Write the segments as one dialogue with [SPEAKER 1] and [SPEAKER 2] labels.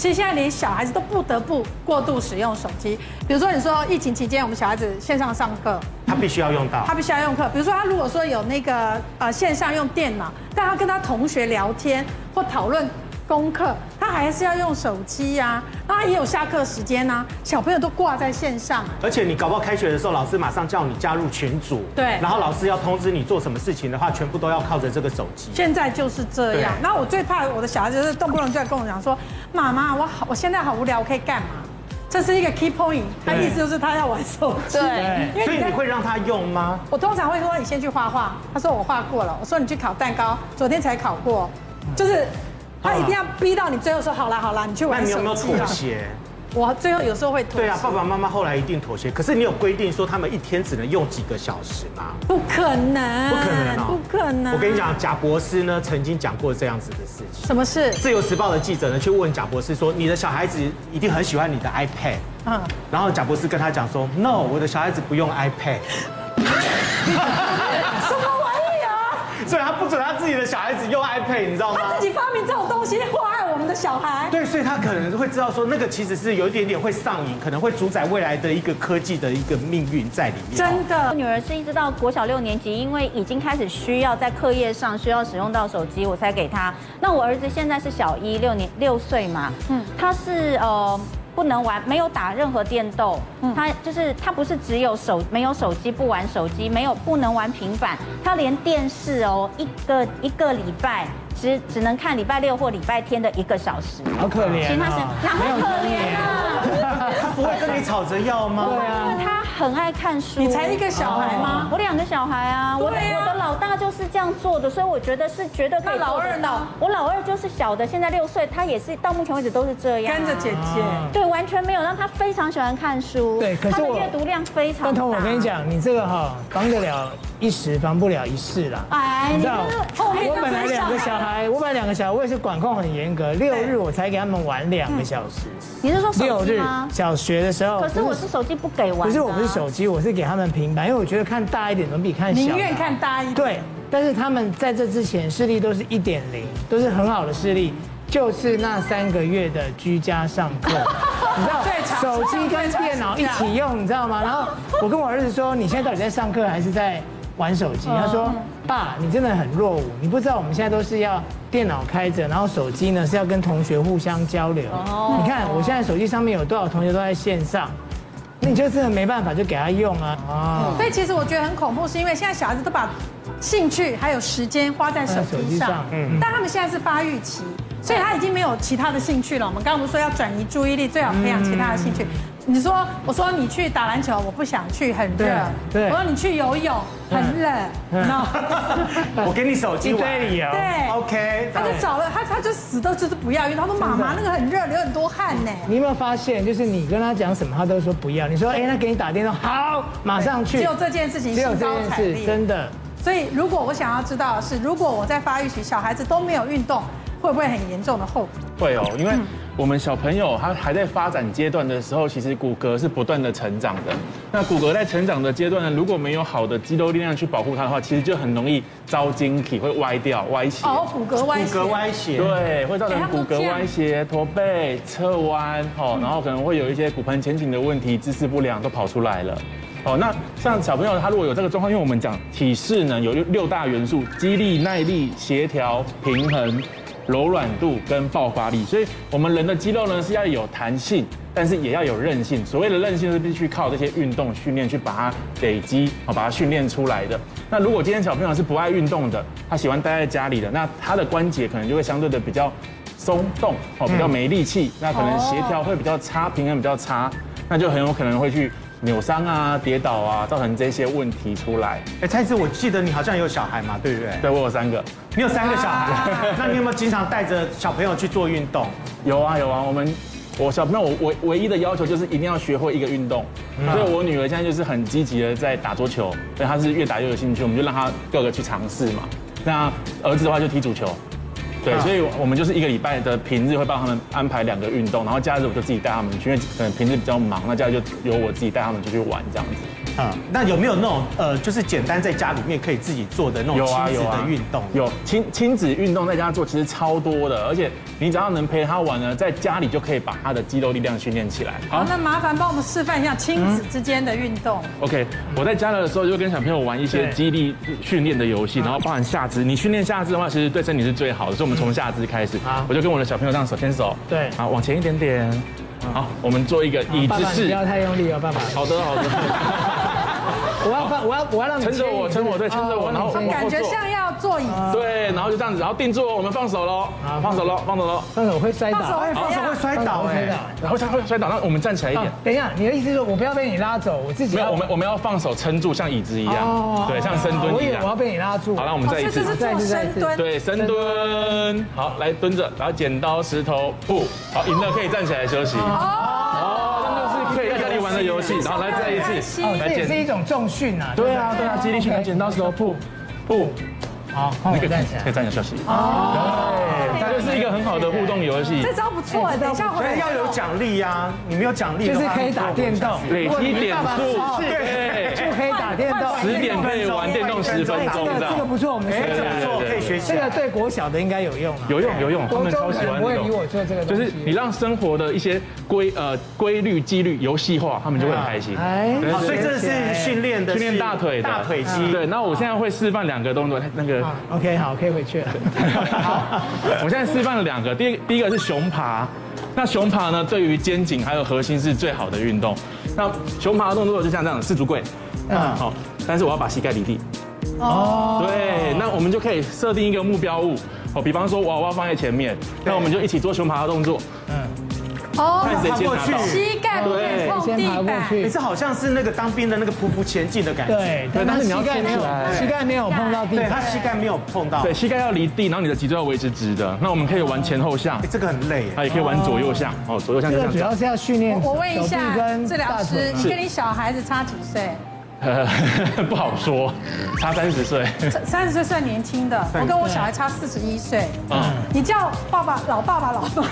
[SPEAKER 1] 其实现在连小孩子都不得不过度使用手机。比如说，你说疫情期间我们小孩子线上上课，
[SPEAKER 2] 他必须要用到
[SPEAKER 1] 他。必须要用课。比如说，他如果说有那个呃线上用电脑，但他跟他同学聊天或讨论功课，他还是要用手机呀、那他也有下课时间啊，小朋友都挂在线上、啊
[SPEAKER 2] 而且你搞不好开学的时候，老师马上叫你加入群组，
[SPEAKER 1] 对
[SPEAKER 2] 然后老师要通知你做什么事情的话，全部都要靠着这个手机。
[SPEAKER 1] 现在就是这样。
[SPEAKER 2] 对
[SPEAKER 1] 那我最怕我的小孩子就是动不动就在跟我讲说：“妈妈，我好，我现在好无聊，我可以干嘛？”这是一个 key point，他
[SPEAKER 2] 对
[SPEAKER 1] 意思就是他要玩手机。
[SPEAKER 3] 对
[SPEAKER 1] 因为你
[SPEAKER 2] 所以
[SPEAKER 1] 在
[SPEAKER 2] 你会让他用吗？
[SPEAKER 1] 我通常会说你先去画画，他说我画过了，我说你去烤蛋糕，昨天才烤过，就是他一定要逼到你最后说好啦好啦，你去
[SPEAKER 2] 那
[SPEAKER 1] 玩
[SPEAKER 2] 你有没
[SPEAKER 1] 手
[SPEAKER 2] 有
[SPEAKER 1] 机
[SPEAKER 2] 妥
[SPEAKER 1] 了。
[SPEAKER 2] 协？
[SPEAKER 1] 我最后有时候会妥
[SPEAKER 2] 对啊，
[SPEAKER 1] 协
[SPEAKER 2] 爸爸妈妈后来一定妥协。可是你有规定说他们一天只能用几个小时吗？
[SPEAKER 1] 不可能，
[SPEAKER 2] 不可能啊！
[SPEAKER 1] 不可能。
[SPEAKER 2] 我跟你，讲，贾博士呢曾经讲过这样子的事情。
[SPEAKER 1] 什么事？
[SPEAKER 2] 自由时报的记者呢去问贾博士说：“你的小孩子一定很喜欢你的 iPad。”
[SPEAKER 1] 嗯，
[SPEAKER 2] 然后贾博士跟他讲说：“No，我的小孩子不用 iPad。”
[SPEAKER 1] 什么玩意啊？
[SPEAKER 2] 所以他不准他自己的小孩子用 iPad，你知道吗？
[SPEAKER 1] 他自己发明这种东西祸害我们的小孩。
[SPEAKER 2] 对，所以他可能会知道说，那个其实是有一点点会上瘾，可能会主宰未来的一个科技的一个命运在里面。
[SPEAKER 1] 真
[SPEAKER 3] 我
[SPEAKER 1] 的，
[SPEAKER 3] 女儿是一直到国小六年级，因为已经开始需要在课业上需要使用到手机，我才给她。那我儿子现在是小一六年六岁嘛，嗯，他是呃不能玩，没有打任何电动，他就是他不是只有手没有手机不玩手机，没有不能玩平板，他连电视哦一个一个礼拜只只能看礼拜六或礼拜天的一个小时，
[SPEAKER 4] 好可怜、哦。
[SPEAKER 3] 其他是哪会可怜啊？
[SPEAKER 2] 他不会跟你吵着要吗？对
[SPEAKER 1] 啊
[SPEAKER 3] 因为他很爱看书。哦
[SPEAKER 1] 你才一个小孩吗？
[SPEAKER 3] 我两个小孩啊，我的
[SPEAKER 1] 对啊
[SPEAKER 3] 我的老大就是这样做的，所以我觉得是绝对可
[SPEAKER 1] 那
[SPEAKER 3] 以
[SPEAKER 1] 老
[SPEAKER 3] 做得
[SPEAKER 1] 二呢
[SPEAKER 3] 到。我老二就是小的，现在六岁，他也是到目前为止都是这样啊，
[SPEAKER 1] 跟着姐姐，
[SPEAKER 3] 对，完全没有让他非常喜欢看书，
[SPEAKER 4] 对可是
[SPEAKER 3] 他的
[SPEAKER 4] 我
[SPEAKER 3] 阅读量非常大。
[SPEAKER 4] 但彤，我跟你，讲，你这个哈、防得了一时，防不了一世啦。
[SPEAKER 3] 哎，
[SPEAKER 4] 你
[SPEAKER 3] 你
[SPEAKER 4] 知
[SPEAKER 3] 这
[SPEAKER 4] 道
[SPEAKER 3] 个
[SPEAKER 1] 后面
[SPEAKER 4] 我
[SPEAKER 1] 就
[SPEAKER 4] 本来
[SPEAKER 1] 是小
[SPEAKER 3] 啊
[SPEAKER 4] 两个小
[SPEAKER 1] 孩。
[SPEAKER 4] 孩，我本来两个小孩，我也是管控很严格，六日我才给他们玩两个小时。
[SPEAKER 3] 你是说手
[SPEAKER 4] 六
[SPEAKER 3] 机
[SPEAKER 4] 日
[SPEAKER 3] 吗？
[SPEAKER 4] 小学的时候，
[SPEAKER 3] 可是我是手机不给玩的啊。
[SPEAKER 4] 不是我不是手机，我是给他们平板，因为我觉得看大一点总比看小的好
[SPEAKER 1] 宁愿看大一点
[SPEAKER 4] 对，但是他们在这之前视力都是一点零，都是很好的视力，就是那三个月的居家上课。 你知道
[SPEAKER 1] 最长
[SPEAKER 4] 手机跟电脑一起用，你知道吗？然后我跟我儿子说：“你现在到底在上课还是在玩手
[SPEAKER 1] 嗯
[SPEAKER 4] 机？”他说：“爸，你真的很落伍，你不知道我们现在都是要电脑开着，然后手机呢是要跟同学互相交流。
[SPEAKER 1] 哦
[SPEAKER 4] 你看我现在手机上面有多少同学都在线上，你就真的没办法，就给他用啊。”哦，
[SPEAKER 1] 所以其实我觉得很恐怖，是因为现在小孩子都把兴趣还有时间花在手
[SPEAKER 4] 手
[SPEAKER 1] 机
[SPEAKER 4] 机
[SPEAKER 1] 上
[SPEAKER 4] 上，
[SPEAKER 1] 嗯，但他们现在是发育期，所以他已经没有其他的兴趣了。我们刚刚不是说要转移注意力，最好培养其他的兴趣。
[SPEAKER 4] 嗯
[SPEAKER 1] 你说，我说你去打篮球，我不想去，很热。
[SPEAKER 4] 对对嗯
[SPEAKER 1] 我说你去游泳，很冷。no，
[SPEAKER 2] 我给你手机
[SPEAKER 4] 一
[SPEAKER 2] 玩
[SPEAKER 4] 堆理由。
[SPEAKER 1] 对
[SPEAKER 2] OK，
[SPEAKER 1] 他就找了他，他就死都就是不要，因为他说妈妈那个很热，流很多汗呢。
[SPEAKER 4] 你有没有发现，就是你跟他讲什么，他都说不要。你说，哎、那给你打电话，好，马上去。
[SPEAKER 1] 只有这件事情
[SPEAKER 4] 只有
[SPEAKER 1] 兴
[SPEAKER 4] 这
[SPEAKER 1] 高
[SPEAKER 4] 件
[SPEAKER 1] 采
[SPEAKER 4] 事，
[SPEAKER 1] 烈。
[SPEAKER 4] 真的。
[SPEAKER 1] 所以，如果我想要知道的是，如果我在发育期小孩子都没有运动，会不会很严重的后果？
[SPEAKER 5] 会哦，因为我们小朋友他还在发展阶段的时候，其实骨骼是不断的成长的。那骨骼在成长的阶段呢，如果没有好的肌肉力量去保护它的话，其实就很容易遭晶体会歪掉、歪斜。
[SPEAKER 1] 哦，骨骼
[SPEAKER 2] 骨
[SPEAKER 1] 歪斜。
[SPEAKER 2] 骼歪斜，
[SPEAKER 5] 对，会造成
[SPEAKER 1] 哎他们
[SPEAKER 5] 骨
[SPEAKER 1] 都这
[SPEAKER 5] 骼
[SPEAKER 1] 样
[SPEAKER 5] 歪斜、驼背、侧弯，哦，然后可能会有一些骨盆前倾的问题、姿势不良都跑出来了。哦，那像小朋友他如果有这个状况，因为我们讲体适能有六六大元素：肌力、耐力、协调、平衡、柔软度跟爆发力。所以我们人的肌肉呢是要有弹性，但是也要有韧性。所谓的韧性是必须靠这些运动训练去把它累积，哦，把它训练出来的。那如果今天小朋友是不爱运动的，他喜欢待在家里的，那他的关节可能就会相对的比较松动哦，比较没力气，那可能协调会比较差，平衡比较差，那就很有可能会去扭伤啊、跌倒啊，造成这些问题出来。
[SPEAKER 2] 哎，蔡子，我记得你好像有小孩嘛，对不对？
[SPEAKER 5] 对我有三个，
[SPEAKER 2] 你有三个小孩， 那你有没有经常带着小朋友去做运动？
[SPEAKER 5] 有啊有啊，我们我小朋友我唯唯一的要求就是一定要学会一个运动，
[SPEAKER 2] 嗯
[SPEAKER 5] 所以我女儿现在就是很积极的在打桌球，所以她是越打越有兴趣，我们就让她各个去尝试嘛。那儿子的话就踢足球。
[SPEAKER 2] 啊
[SPEAKER 5] 对，所以我们就是一个礼拜的平日会帮他们安排两个运动，然后假日我就自己带他们去，因为可能平日比较忙，那假日就由我自己带他们出去玩这样子。
[SPEAKER 2] 嗯，那有没有那种呃，就是简单在家里面可以自己做的那种
[SPEAKER 5] 有
[SPEAKER 2] 哦
[SPEAKER 5] 啊
[SPEAKER 2] 亲子
[SPEAKER 5] 有啊
[SPEAKER 2] 的运动？
[SPEAKER 5] 有亲亲子运动在家做其实超多的，而且你只要能陪他玩呢，在家里就可以把他的肌肉力量训练起来。
[SPEAKER 2] 啊
[SPEAKER 1] 好，那麻烦帮我们示范一下亲子之间的运
[SPEAKER 4] 嗯
[SPEAKER 1] 动。
[SPEAKER 5] OK，我在家的时候就跟小朋友玩一些
[SPEAKER 4] 对嗯
[SPEAKER 5] 激励训练的游戏，然后包含下肢。你训练下肢的话，其实对身体是最好的，所以我们从下肢开始
[SPEAKER 4] 好。
[SPEAKER 5] 我就跟我的小朋友这样手牵手，
[SPEAKER 4] 对
[SPEAKER 5] 好，往前一点点。好，我们做一个椅
[SPEAKER 4] 爸
[SPEAKER 5] 子
[SPEAKER 4] 爸你
[SPEAKER 5] 式
[SPEAKER 4] 不。要太用力哦，爸爸。
[SPEAKER 5] 好 的，好的。
[SPEAKER 4] 我要放，我要我要让你
[SPEAKER 5] 撑着
[SPEAKER 4] 牵
[SPEAKER 5] 我
[SPEAKER 4] 引
[SPEAKER 5] 撑我对
[SPEAKER 4] 是不
[SPEAKER 5] 撑
[SPEAKER 4] 是
[SPEAKER 5] 着我
[SPEAKER 4] 哦
[SPEAKER 5] 然后
[SPEAKER 4] 让你牵
[SPEAKER 1] 感
[SPEAKER 5] 我
[SPEAKER 1] 觉像要坐椅子，
[SPEAKER 5] 对，然后就这样子，然后定住哦，我们放手喽
[SPEAKER 4] 好，
[SPEAKER 5] 放手喽，放手喽。
[SPEAKER 4] 放手会摔倒，哎
[SPEAKER 1] 放手会
[SPEAKER 2] 防守会摔
[SPEAKER 5] 嗯
[SPEAKER 2] 倒
[SPEAKER 4] 防守会
[SPEAKER 2] 哎、
[SPEAKER 4] 摔倒
[SPEAKER 5] 然后才会摔倒，那我们站起来一点
[SPEAKER 4] 啊。等一下，你的意思是说我不要被你拉走，我自己
[SPEAKER 5] 没有，
[SPEAKER 4] 要
[SPEAKER 5] 我们我们要放手撑住，像椅子一
[SPEAKER 4] 哦
[SPEAKER 5] 样，对，像深
[SPEAKER 4] 我
[SPEAKER 5] 蹲
[SPEAKER 4] 以
[SPEAKER 5] 一
[SPEAKER 4] 为我要
[SPEAKER 5] 样。
[SPEAKER 4] 被你拉住。
[SPEAKER 5] 啊好，那我们
[SPEAKER 1] 哦，
[SPEAKER 5] 再一
[SPEAKER 1] 这
[SPEAKER 5] 次
[SPEAKER 1] 就。是
[SPEAKER 4] 再一
[SPEAKER 1] 做
[SPEAKER 4] 次再一
[SPEAKER 1] 深
[SPEAKER 4] 次
[SPEAKER 1] 蹲。
[SPEAKER 5] 对，深蹲，好，来蹲着，然后剪刀石头布，好，赢了可以站起来休息。哦，那就是可以在家里玩的游戏，然后来再一次，
[SPEAKER 4] 哦，
[SPEAKER 5] 来
[SPEAKER 4] 这也是
[SPEAKER 5] 剪，
[SPEAKER 4] 一种重训啊。
[SPEAKER 5] 对
[SPEAKER 4] 不
[SPEAKER 5] 啊，对啊，激励训练，剪刀石头布布，
[SPEAKER 4] 好，换我
[SPEAKER 5] 那个
[SPEAKER 4] 站起来
[SPEAKER 5] 可以。站起来休息。哦，对，它就是一个很好的互动游戏
[SPEAKER 1] 这，招不错，等一下回
[SPEAKER 2] 所
[SPEAKER 1] 来
[SPEAKER 2] 以要有奖励呀，你没有奖励的
[SPEAKER 4] 就
[SPEAKER 2] 话
[SPEAKER 4] 是可以打电动，
[SPEAKER 5] 累积点数，
[SPEAKER 2] 对
[SPEAKER 5] 对，
[SPEAKER 4] 就可以打电
[SPEAKER 1] 哎
[SPEAKER 4] 动。
[SPEAKER 5] 十点可以玩电动十分
[SPEAKER 4] 这
[SPEAKER 5] 钟
[SPEAKER 4] 个
[SPEAKER 5] 这
[SPEAKER 4] 这个
[SPEAKER 5] 样，
[SPEAKER 4] 不错，我们
[SPEAKER 2] 哎，
[SPEAKER 4] 学
[SPEAKER 2] 这
[SPEAKER 4] 起来。
[SPEAKER 2] 不错，可以学习
[SPEAKER 4] 这。个对国小的应该有用啊。
[SPEAKER 5] 有用有用，他
[SPEAKER 4] 国
[SPEAKER 5] 们
[SPEAKER 4] 中
[SPEAKER 5] 超
[SPEAKER 4] 可
[SPEAKER 5] 喜
[SPEAKER 4] 能
[SPEAKER 5] 欢
[SPEAKER 4] 不会
[SPEAKER 5] 那
[SPEAKER 4] 比我
[SPEAKER 5] 种。
[SPEAKER 4] 做这个
[SPEAKER 5] 就
[SPEAKER 4] 东西。
[SPEAKER 5] 是你让生活的一些规呃规律、纪律游戏化，他们就会很开心。
[SPEAKER 4] 哎
[SPEAKER 5] 对
[SPEAKER 2] 好所以这是训练的是
[SPEAKER 5] 训练大腿的嗯
[SPEAKER 2] 大腿肌。
[SPEAKER 5] 对，那我现在会示范两个动作，那个，
[SPEAKER 4] 啊，OK，好，可以回去了。
[SPEAKER 5] 好， 我现在示范了两个，第一第一个是熊爬，那熊爬呢，对于肩颈还有核心是最好的运动。那熊爬的动作就像这样，四足跪，
[SPEAKER 4] 嗯，
[SPEAKER 5] 好，但是我要把膝盖离地。哦，对，那我们就可以设定一个目标物，哦，比方说娃娃放在前面，那我们就一起做熊爬的动作，看
[SPEAKER 1] 哦，
[SPEAKER 5] 谁先拿
[SPEAKER 2] 哦爬过。去
[SPEAKER 5] 到
[SPEAKER 1] 膝盖不可以碰
[SPEAKER 4] 先
[SPEAKER 1] 地
[SPEAKER 4] 爬过
[SPEAKER 1] 板，
[SPEAKER 4] 去
[SPEAKER 2] 哎，。这好像是那个当兵的那个匍匐前进的感觉。
[SPEAKER 4] 对，但是膝盖没有，膝盖没有碰到地
[SPEAKER 2] 对，他
[SPEAKER 4] 板。
[SPEAKER 2] 膝盖没有碰到。
[SPEAKER 5] 对，
[SPEAKER 2] 哎，
[SPEAKER 5] 膝盖要离地，然后你的脊椎要维持直的。那我们可以玩前后向，
[SPEAKER 2] 哎这个很累
[SPEAKER 5] 啊，也可以玩左右向，哦，左右向
[SPEAKER 4] 这
[SPEAKER 5] 就
[SPEAKER 4] 个
[SPEAKER 5] 像
[SPEAKER 4] 主
[SPEAKER 5] 这样。
[SPEAKER 4] 要是要训练
[SPEAKER 1] 我问一
[SPEAKER 4] 手
[SPEAKER 1] 下
[SPEAKER 4] 臂跟
[SPEAKER 1] 治
[SPEAKER 4] 大
[SPEAKER 1] 疗
[SPEAKER 4] 腿
[SPEAKER 1] 师，你跟你小孩子差几岁？
[SPEAKER 5] 呃，不好说，差三十岁。
[SPEAKER 1] 三十岁算年轻的，我跟我小孩差四十一岁。啊
[SPEAKER 5] 嗯，
[SPEAKER 1] 你叫爸爸老爸爸老妈 妈，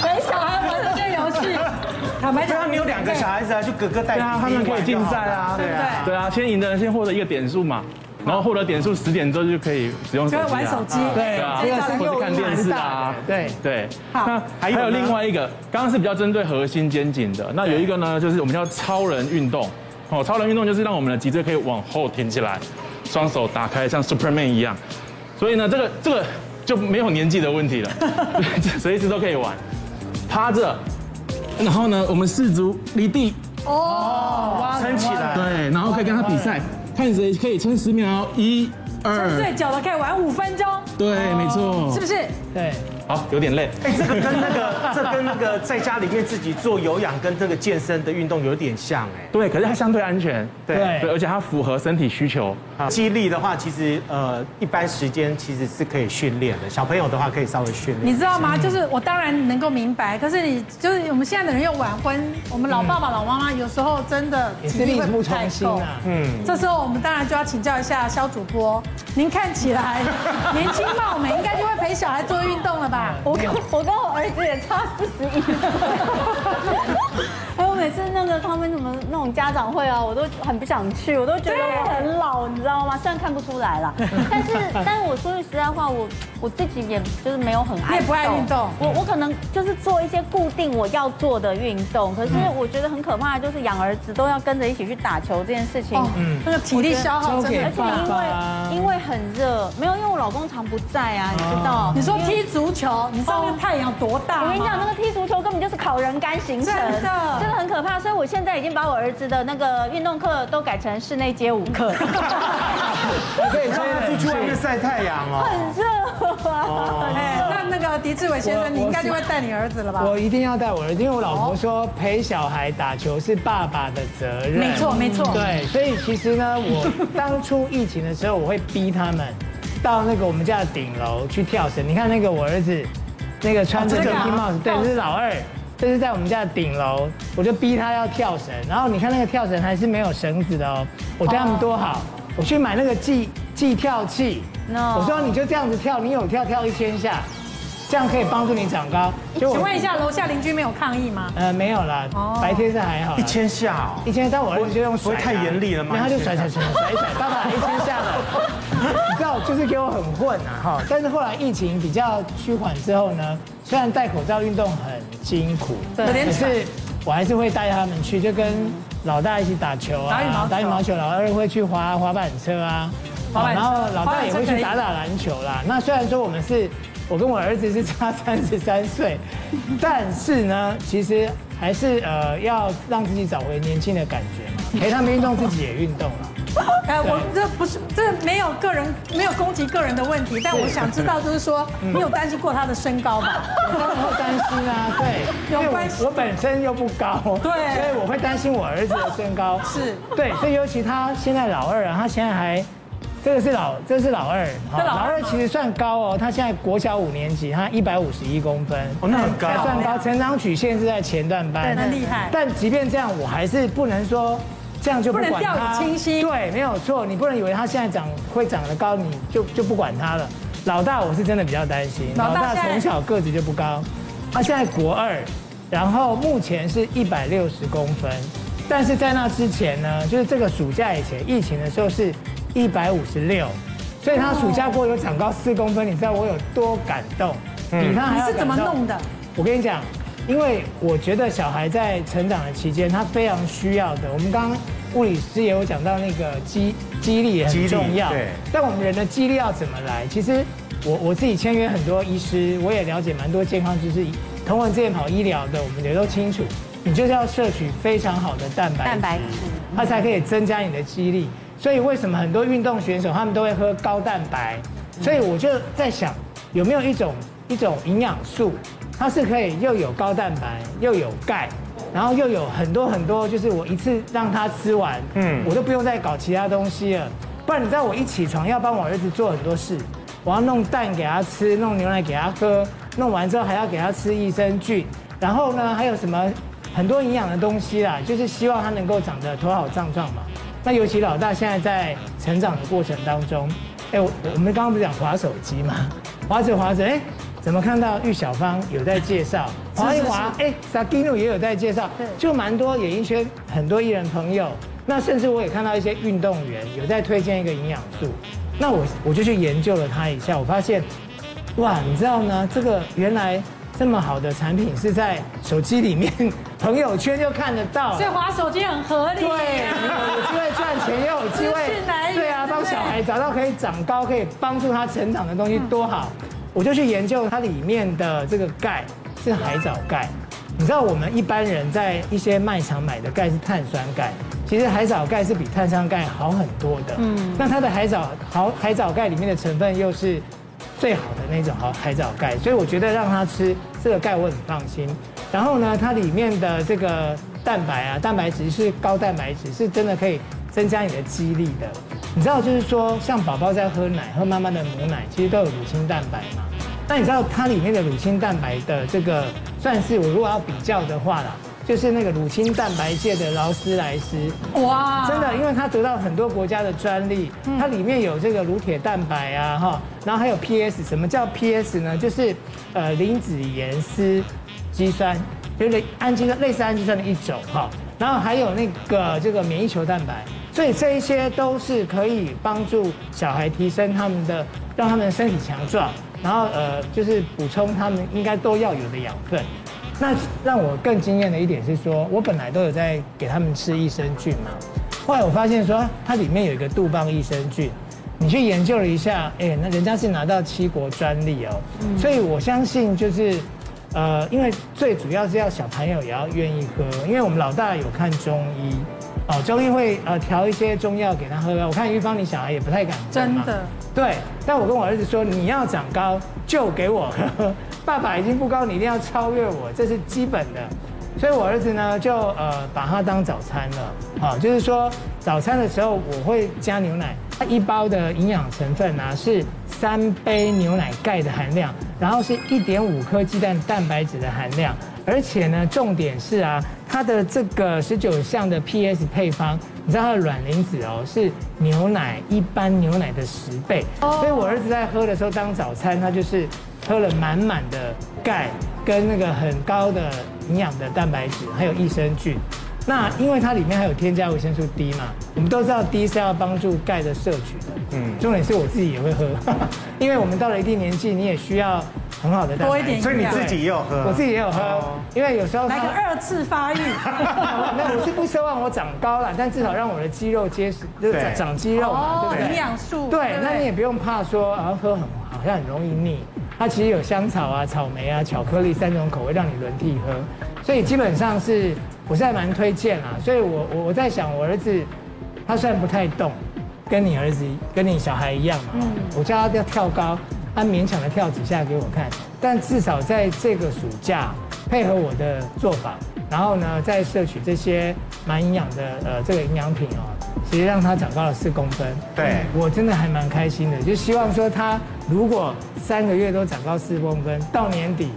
[SPEAKER 1] 陪小孩玩这些游 戏。坦白
[SPEAKER 2] 对啊，
[SPEAKER 1] 讲，
[SPEAKER 2] 你有两个小孩子啊，就哥哥带弟
[SPEAKER 5] 对啊，他
[SPEAKER 2] 弟
[SPEAKER 5] 们可以
[SPEAKER 2] 玩就
[SPEAKER 5] 竞
[SPEAKER 2] 好了
[SPEAKER 5] 赛啊，
[SPEAKER 1] 对不对？
[SPEAKER 5] 对啊，先赢的人先获得一个点数嘛，然后获得点数十点之后就可以使用手
[SPEAKER 1] 就
[SPEAKER 5] 机、
[SPEAKER 1] 会
[SPEAKER 5] 啊，
[SPEAKER 1] 玩手机。
[SPEAKER 4] 对
[SPEAKER 5] 对啊，
[SPEAKER 4] 这个是
[SPEAKER 5] 或
[SPEAKER 4] 诱
[SPEAKER 5] 者
[SPEAKER 4] 因
[SPEAKER 5] 看电视啊，
[SPEAKER 4] 对
[SPEAKER 5] 对。
[SPEAKER 1] 好
[SPEAKER 5] 那
[SPEAKER 2] 还
[SPEAKER 5] 还
[SPEAKER 2] 有
[SPEAKER 5] 有
[SPEAKER 2] 呢
[SPEAKER 5] 另外一个，刚刚是比较针对核心肩颈的，那有一个呢，就是我们叫超人运动。哦，超人运动就是让我们的脊椎可以往后挺起来，双手打开，像 Superman 一样。所以呢，这个这个就没有年纪的问题了，对随时都可以玩。趴着，然后呢，我们四足离地，
[SPEAKER 2] 撑起来。
[SPEAKER 5] 对，然后可以跟他比赛，看谁可以撑十秒，哦一、
[SPEAKER 1] 撑
[SPEAKER 5] 二，
[SPEAKER 1] 最久的可以玩五分钟，
[SPEAKER 5] 对，没错
[SPEAKER 1] 是。不是？
[SPEAKER 4] 对，
[SPEAKER 5] 好，有点累。
[SPEAKER 2] 哎，这个跟那个，这跟那个在家里面自己做有氧跟这个健身的运动有点像哎。
[SPEAKER 5] 对，可是它相对安全，
[SPEAKER 4] 对
[SPEAKER 5] 对，而且它符合身体需求。
[SPEAKER 2] 肌力的话，其实呃，一般时间其实是可以训练的。小朋友的话可以稍微训练。
[SPEAKER 1] 你知道吗？就是我当然能够明白，可是你就是我们现在的人又晚婚，我们老爸爸、老妈妈有时候真的
[SPEAKER 4] 也是力
[SPEAKER 1] 会
[SPEAKER 4] 不
[SPEAKER 1] 不
[SPEAKER 4] 从
[SPEAKER 1] 太
[SPEAKER 4] 心
[SPEAKER 1] 够。
[SPEAKER 4] 啊。
[SPEAKER 1] 这时候我们当然就要请教一下肖主播，您看起来 年轻貌美，应该就会陪小孩做运动了吧？
[SPEAKER 4] 嗯
[SPEAKER 3] 我跟我跟我儿子也差四十一 岁，哎，我每次那个他们什么那种家长会啊，我都很不想去，我都觉得我很老，你知道吗？虽然看不出来 啦，但是但是我说句实在话，我我自己也就是没有很爱，
[SPEAKER 1] 你也不爱运动
[SPEAKER 3] 我我可能就是做一些固定我要做的运动，可是
[SPEAKER 1] 嗯
[SPEAKER 3] 我觉得很可怕的就是养儿子都要跟着一起去打球这件事情
[SPEAKER 1] 哦，，那个体力消耗真的
[SPEAKER 4] 嗯我觉得
[SPEAKER 3] 而
[SPEAKER 1] 很
[SPEAKER 3] 且
[SPEAKER 1] 大。
[SPEAKER 3] 因为因为很热，没有因为我老公常不在啊，你知道，
[SPEAKER 1] 你说踢足球，你知道那个太阳多大
[SPEAKER 3] 我
[SPEAKER 1] 吗？
[SPEAKER 3] 跟你讲，那个踢足球根本就是烤人干行程，
[SPEAKER 1] 真的
[SPEAKER 3] 真的很可怕。所以我现在已经把我儿子的那个运动课都改成室内街舞课，
[SPEAKER 4] 我可以
[SPEAKER 1] 嗯
[SPEAKER 2] 让他出去外面晒太阳哦。
[SPEAKER 3] 很热
[SPEAKER 4] 哦
[SPEAKER 3] 啊。
[SPEAKER 1] 哎，那那个狄志伟先
[SPEAKER 4] 我
[SPEAKER 1] 生，你应该就会带你儿子了吧？哦
[SPEAKER 4] 我一定要带我儿子，因为我老婆说陪小孩打球是爸爸的责任。
[SPEAKER 1] 没错没错
[SPEAKER 4] 对，所以其实呢，我当初疫情的时候，我会逼他们到那个我们家的顶楼去跳绳。你看那个我儿子，那个穿着
[SPEAKER 2] 哦这个
[SPEAKER 4] m i
[SPEAKER 2] 啊
[SPEAKER 4] c 帽子，对，这是老二。这是在我们家的顶楼，我就逼他要跳绳，然后你看那个跳绳还是没有绳子的哦，我对他们多
[SPEAKER 1] 哦
[SPEAKER 4] 好，我去买那个计计跳器，
[SPEAKER 3] No
[SPEAKER 4] 我说你就这样子跳，你有跳跳一千下，这样可以帮助你长高。就我
[SPEAKER 1] 请问一下，楼下邻居没有抗议吗？
[SPEAKER 4] 呃，没有啦
[SPEAKER 1] 哦，
[SPEAKER 4] 白天是还好啦。
[SPEAKER 2] 一千下哦，
[SPEAKER 4] 一千，但我儿子就用甩的啊，
[SPEAKER 2] 不会太严厉了吗
[SPEAKER 4] 然后他就
[SPEAKER 2] 一
[SPEAKER 4] 甩
[SPEAKER 2] 千
[SPEAKER 4] 甩甩甩甩，爸爸一千下了。你知道，就是给我很混啊哈。但是后来疫情比较趋缓之后呢，虽然戴口罩运动很辛苦，
[SPEAKER 1] 对有点
[SPEAKER 4] 可
[SPEAKER 1] 喘
[SPEAKER 4] 是我还是会带他们去，就跟老大一起打球
[SPEAKER 1] 打
[SPEAKER 4] 啊，
[SPEAKER 1] 羽毛球
[SPEAKER 4] 打羽毛球，老二会去滑滑板车啊，
[SPEAKER 1] 滑板车
[SPEAKER 4] 然后老
[SPEAKER 1] 滑
[SPEAKER 4] 大
[SPEAKER 1] 板
[SPEAKER 4] 也
[SPEAKER 1] 车
[SPEAKER 4] 会
[SPEAKER 1] 可
[SPEAKER 4] 去
[SPEAKER 1] 以
[SPEAKER 4] 打打篮球啦。那虽然说我们是，我跟我儿子是差三十 三岁，但是呢，其实还是呃要让自己找回年轻的感觉嘛，陪他们运动，自己也运动啊 啦。
[SPEAKER 1] 哎，我这不是这没有个人没有攻击个人的问题，但我想知道就是说，你有担心过他的身高吗？
[SPEAKER 4] 嗯 当然会担心啊，对，
[SPEAKER 1] 有
[SPEAKER 4] 因为我
[SPEAKER 1] 关系
[SPEAKER 4] 我本身又不高，
[SPEAKER 1] 对
[SPEAKER 4] 所以我会担心我儿子的身高。
[SPEAKER 1] 是
[SPEAKER 4] 对，所以尤其他现在老二啊，他现在还，这个是老，这是老二，好
[SPEAKER 1] 这老二
[SPEAKER 4] 老二其实算高哦，他现在国小五年级，他一百五十一公分，
[SPEAKER 2] 哦，那很高
[SPEAKER 4] 还算高，成长曲线是在前段班，
[SPEAKER 1] 啊对对对厉害
[SPEAKER 4] 但即便这样，我还是不能说。这样就不管
[SPEAKER 1] 不能掉
[SPEAKER 4] 他
[SPEAKER 1] 以轻心
[SPEAKER 4] 对，没有错，你不能以为他现在长会长得高，你就就不管他了。老大，我是真的比较担心，
[SPEAKER 1] 老
[SPEAKER 4] 老
[SPEAKER 1] 大
[SPEAKER 4] 大
[SPEAKER 1] 现在
[SPEAKER 4] 从小个子就不高，他现在国二，然后目前是一百六十公分，但是在那之前呢，就是这个暑假以前疫情的时候是一百五十六，所以他暑
[SPEAKER 1] 哦
[SPEAKER 4] 假过有长高四公分，你知道我有多感动？比他还
[SPEAKER 1] 你
[SPEAKER 4] 要
[SPEAKER 1] 是怎么
[SPEAKER 4] 感动
[SPEAKER 1] 弄的？
[SPEAKER 4] 我跟你讲，因为我觉得小孩在成长的期间，他非常需要的。我们刚刚物理师也有讲到那个激激励也
[SPEAKER 2] 激励
[SPEAKER 4] 很重要，
[SPEAKER 2] 对
[SPEAKER 4] 但我们人的激励要怎么来？其实我我自己签约很多医师，我也了解蛮多健康知识。同文之前跑医疗的，我们也都清楚，你就是要摄取非常好的蛋白
[SPEAKER 3] 蛋白质
[SPEAKER 4] 它才可以增加你的肌力。所以为什么很多运动选手他们都会喝高蛋白？所以我就在想，有没有一种一种营养素，它是可以又有高蛋白，又有钙，然后又有很多很多，就是我一次让它吃完，
[SPEAKER 2] 嗯
[SPEAKER 4] 嗯，我都不用再搞其他东西了。不然你知道我一起床要帮我儿子做很多事，我要弄蛋给他吃，弄牛奶给他喝，弄完之后还要给他吃益生菌，然后呢还有什么很多营养的东西啦，就是希望他能够长得头好壮壮嘛。那尤其老大现在在成长的过程当中，哎，我我们刚刚不是讲滑手机嘛，滑着滑着，哎，怎么看到玉小芳有在介绍，滑一滑，哎，Sakino 也有在介绍，就蛮多演艺圈很多艺人朋友，那甚至我也看到一些运动员有在推荐一个营养素，那我我就去研究了它一下，我发现哇，你知道呢？这个原来这么好的产品是在手机里面、 朋友圈就看得到了。
[SPEAKER 1] 所以滑手机很合理
[SPEAKER 4] 对，
[SPEAKER 1] 啊。
[SPEAKER 4] 有机会赚钱，又有机
[SPEAKER 1] 资讯来源
[SPEAKER 4] 会，对
[SPEAKER 1] 对
[SPEAKER 4] 啊，
[SPEAKER 1] 不
[SPEAKER 4] 帮
[SPEAKER 1] 对
[SPEAKER 4] 小孩找到可以长高、可以帮助他成长的东西
[SPEAKER 1] 嗯
[SPEAKER 4] 多好。我就去研究它里面的这个钙是海藻钙，你知道我们一般人在一些卖场买的钙是碳酸钙，其实海藻钙是比碳酸钙好很多的。嗯，那它的海藻好海藻钙里面的成分又是最好的那种好海藻钙，所以我觉得让他吃这个钙我很放心。然后呢，它里面的这个蛋白啊，蛋白质是高蛋白质，是真的可以增加你的肌力的。你知道，就是说像宝宝在喝奶，喝妈妈的母奶，其实都有乳清蛋白嘛。那你知道它里面的乳清蛋白的这个，算是我如果要比较的话啦，就是那个乳清蛋白界的劳斯莱斯，
[SPEAKER 1] 哇，
[SPEAKER 4] 真的，因为它得到很多国家的专利，它里面有这个乳铁蛋白啊，哈，然后还有 PS，什么叫 PS 呢？就是呃磷脂盐丝肌酸，就是氨基酸类似氨基酸的一种哈，然后还有那个这个免疫球蛋白，所以这一些都是可以帮助小孩提升他们的，让他们身体强壮，然后呃就是补充他们应该都要有的养分。那让我更惊艳的一点是说，我本来都有在给他们吃益生菌嘛，后来我发现说它里面有一个杜邦益生菌，你去研究了一下，哎，那人家是拿到七国专利哦，
[SPEAKER 1] 嗯
[SPEAKER 4] 所以我相信就是，呃，因为最主要是要小朋友也要愿意喝，因为我们老大有看中医。哦，中医会呃调一些中药给他喝啊。我看玉芳，你小孩也不太敢喝
[SPEAKER 1] 真
[SPEAKER 4] 嘛
[SPEAKER 1] 的。
[SPEAKER 4] 对，但我跟我儿子说，你要长高就给我喝， 爸爸已经不高，你一定要超越我，这是基本的。所以我儿子呢，就呃把它当早餐了啊，就是说早餐的时候我会加牛奶，它一包的营养成分啊是三杯牛奶钙的含量，然后是一点五颗鸡蛋蛋白质的含量，而且呢，重点是啊，它的这个十九项的 PS 配方，你知道它的卵磷脂哦是牛奶一般牛奶的十倍，所以我儿子在喝的时候当早餐，他就是。喝了满满的钙跟那个很高的营养的蛋白质，还有益生菌。那因为它里面还有添加维生素 D 嘛，我们都知道 D 是要帮助钙的摄取的。嗯，重点是我自己也会喝， 因为我们到了一定年纪，你也需要很好的蛋
[SPEAKER 1] 多
[SPEAKER 4] 白
[SPEAKER 1] 一
[SPEAKER 4] 质
[SPEAKER 1] 点营养
[SPEAKER 2] 所以你自己也有喝，哦
[SPEAKER 4] 我自己也有喝，因为有时候它
[SPEAKER 1] 来个 二次发育，
[SPEAKER 4] 那我是不奢望我长高了，但至少让我的肌肉结实，就是
[SPEAKER 2] 对
[SPEAKER 4] 长长肌肉嘛，对不
[SPEAKER 1] 哦营
[SPEAKER 4] 对？
[SPEAKER 1] 养素，
[SPEAKER 4] 对，
[SPEAKER 1] 不
[SPEAKER 4] 那你也不用怕说啊喝很好像很容易腻，它其实有香草啊、草莓啊、巧克力三种口味让你轮替喝，所以基本上是我是还蛮推荐啦。所以我我我在想，我儿子他虽然不太动，跟你儿子跟你小孩一样嘛，我叫他要跳高，他勉强的跳几下给我看，但至少在这个暑假配合我的做法，然后呢再摄取这些蛮营养的呃这个营养品哦，其实让他长高了四公分。
[SPEAKER 2] 对
[SPEAKER 4] 我真的还蛮开心的，就希望说他如果三个月都长高四公分，到年底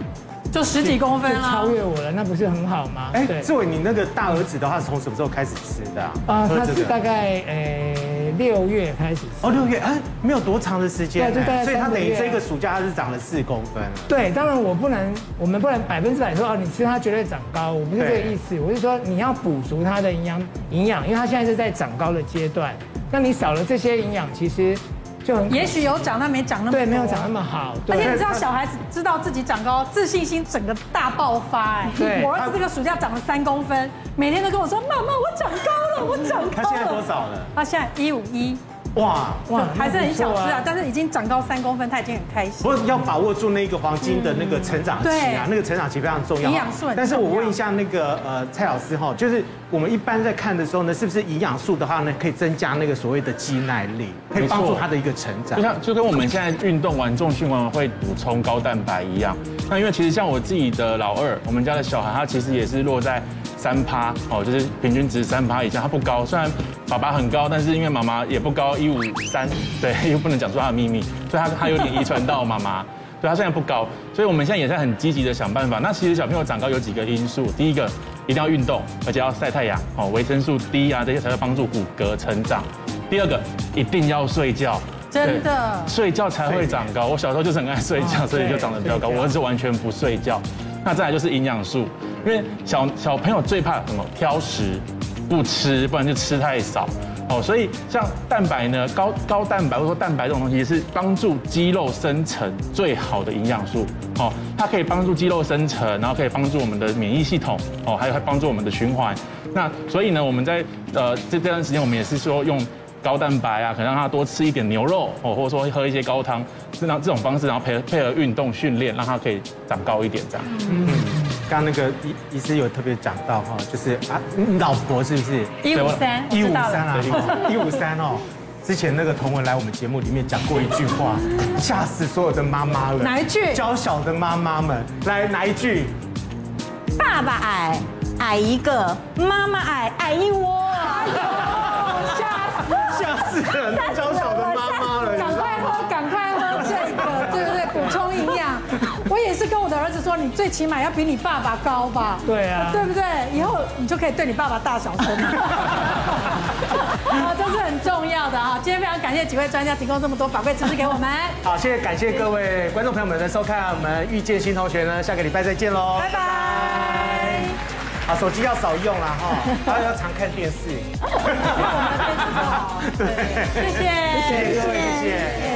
[SPEAKER 1] 就十几公分啊
[SPEAKER 4] 就
[SPEAKER 1] 啦
[SPEAKER 4] 超，越我了，那不是很好吗？
[SPEAKER 2] 哎，
[SPEAKER 4] 对
[SPEAKER 2] 志伟，你那个大儿子的话是从什么时候开始吃的啊？
[SPEAKER 4] 啊，
[SPEAKER 2] 喝
[SPEAKER 4] 他
[SPEAKER 2] 这
[SPEAKER 4] 是
[SPEAKER 2] 个
[SPEAKER 4] 大概呃六月开始吃
[SPEAKER 2] 哦，六月，哎，没有多长的时间哎
[SPEAKER 4] 对就大概，
[SPEAKER 2] 所以他
[SPEAKER 4] 三个
[SPEAKER 2] 等
[SPEAKER 4] 月啊
[SPEAKER 2] 于这个暑假他是长了四公分了。
[SPEAKER 4] 对，当然我不能，我们不能百分之百说哦，你吃它绝对长高，我不是这个意思，我是说你要补足它的营养营养，因为它现在是在长高的阶段，那你少了这些营养，其实就很
[SPEAKER 1] 也许有长但没长那么多
[SPEAKER 4] 对没有长那么好，
[SPEAKER 1] 而
[SPEAKER 4] 对
[SPEAKER 1] 且你知道，小孩子知道自己长高，自信心整个大爆发哎！
[SPEAKER 4] 对
[SPEAKER 1] 我儿子这个暑假长了三公分，每天都跟我说：“妈妈，我长高了，我长高了。”
[SPEAKER 2] 他现在多？少了？
[SPEAKER 1] 他现在一五一，
[SPEAKER 4] 哦
[SPEAKER 2] 哇！
[SPEAKER 4] 哇
[SPEAKER 1] 还是很小只
[SPEAKER 4] 那不错
[SPEAKER 1] 啊
[SPEAKER 4] 啊，
[SPEAKER 1] 但是已经长高三公分，他已经很开心。
[SPEAKER 2] 不过要把握住那个黄金的那个成长期啊
[SPEAKER 1] 嗯对，
[SPEAKER 2] 那个成长期非常重要。
[SPEAKER 1] 营养素很重要
[SPEAKER 2] 但是我问一下那个呃蔡老师哈，就是我们一般在看的时候呢，是不是营养素的话呢，可以增加那个所谓的肌耐力，可以帮助他的一个成长
[SPEAKER 5] 就？像就跟我们现在运动完重训完会补充高蛋白一样。那因为其实像我自己的老二，我们家的小孩，他其实也是落在三趴哦，就是平均值三趴以下，他不高。虽然爸爸很高，但是因为妈妈也不高，一五三，对， 又不能讲出他的秘密，所以他他有点遗传到妈妈。对他现在不高，所以我们现在也在很积极的想办法。那其实小朋友长高有几个因素，第一个一定要运动，而且要晒太阳哦，维生素 D 啊这些才会帮助骨骼成长。第二个一定要睡觉，
[SPEAKER 1] 真的
[SPEAKER 5] 对睡觉才会长高。我小时候就是很爱睡觉，
[SPEAKER 4] 哦
[SPEAKER 5] 所以就长得比较高。
[SPEAKER 4] 对睡觉
[SPEAKER 5] 我儿子完全不睡觉。那再来就是营养素，因为小小朋友最怕什么？挑食，不吃，不然就吃太少。哦，所以像蛋白呢，高高蛋白或者说蛋白这种东西是帮助肌肉生成最好的营养素。哦，它可以帮助肌肉生成，然后可以帮助我们的免疫系统，哦，还有还帮助我们的循环。那所以呢，我们在呃这这段时间，我们也是说用高蛋白啊，可能让他多吃一点牛肉哦，或者说喝一些高汤，这样这种方式，然后配合配合运动训练，让他可以长高一点这样。
[SPEAKER 2] 刚刚那个医医师有特别讲到哈，就是啊，你老婆是不是
[SPEAKER 1] 一五三，
[SPEAKER 2] 一
[SPEAKER 1] 我
[SPEAKER 2] 五
[SPEAKER 1] 知道
[SPEAKER 2] 三
[SPEAKER 1] 了。
[SPEAKER 2] 啊，一五三哦。之前那个同文来我们节目里面讲过一句话，吓死所有的妈妈了。
[SPEAKER 1] 哪一句
[SPEAKER 2] 娇小的妈妈们，来哪一句？
[SPEAKER 3] 爸爸矮矮一个，妈妈矮矮一窝。
[SPEAKER 2] 吓死人了，娇小的妈妈了。你
[SPEAKER 1] 赶
[SPEAKER 2] 知道
[SPEAKER 1] 快
[SPEAKER 2] 吗
[SPEAKER 1] 喝，赶快喝这个，对不对？补充营养。我也是跟我的儿子说，你最起码要比你爸爸高吧？
[SPEAKER 4] 对啊
[SPEAKER 1] 对不对？以后你就可以对你爸爸大小 声。好，这是很重要的啊！今天非常感谢几位专家提供这么多宝贵知识给我们，
[SPEAKER 2] 好，谢谢感谢各位观众朋友们的收看，我们遇见新同学呢，下个礼拜再见喽。
[SPEAKER 1] 拜拜。
[SPEAKER 2] 啊，手机要少用啦哈，然后要常看 电视。
[SPEAKER 1] 我们的 Facebook 哦对谢谢，
[SPEAKER 2] 谢谢各位，谢谢。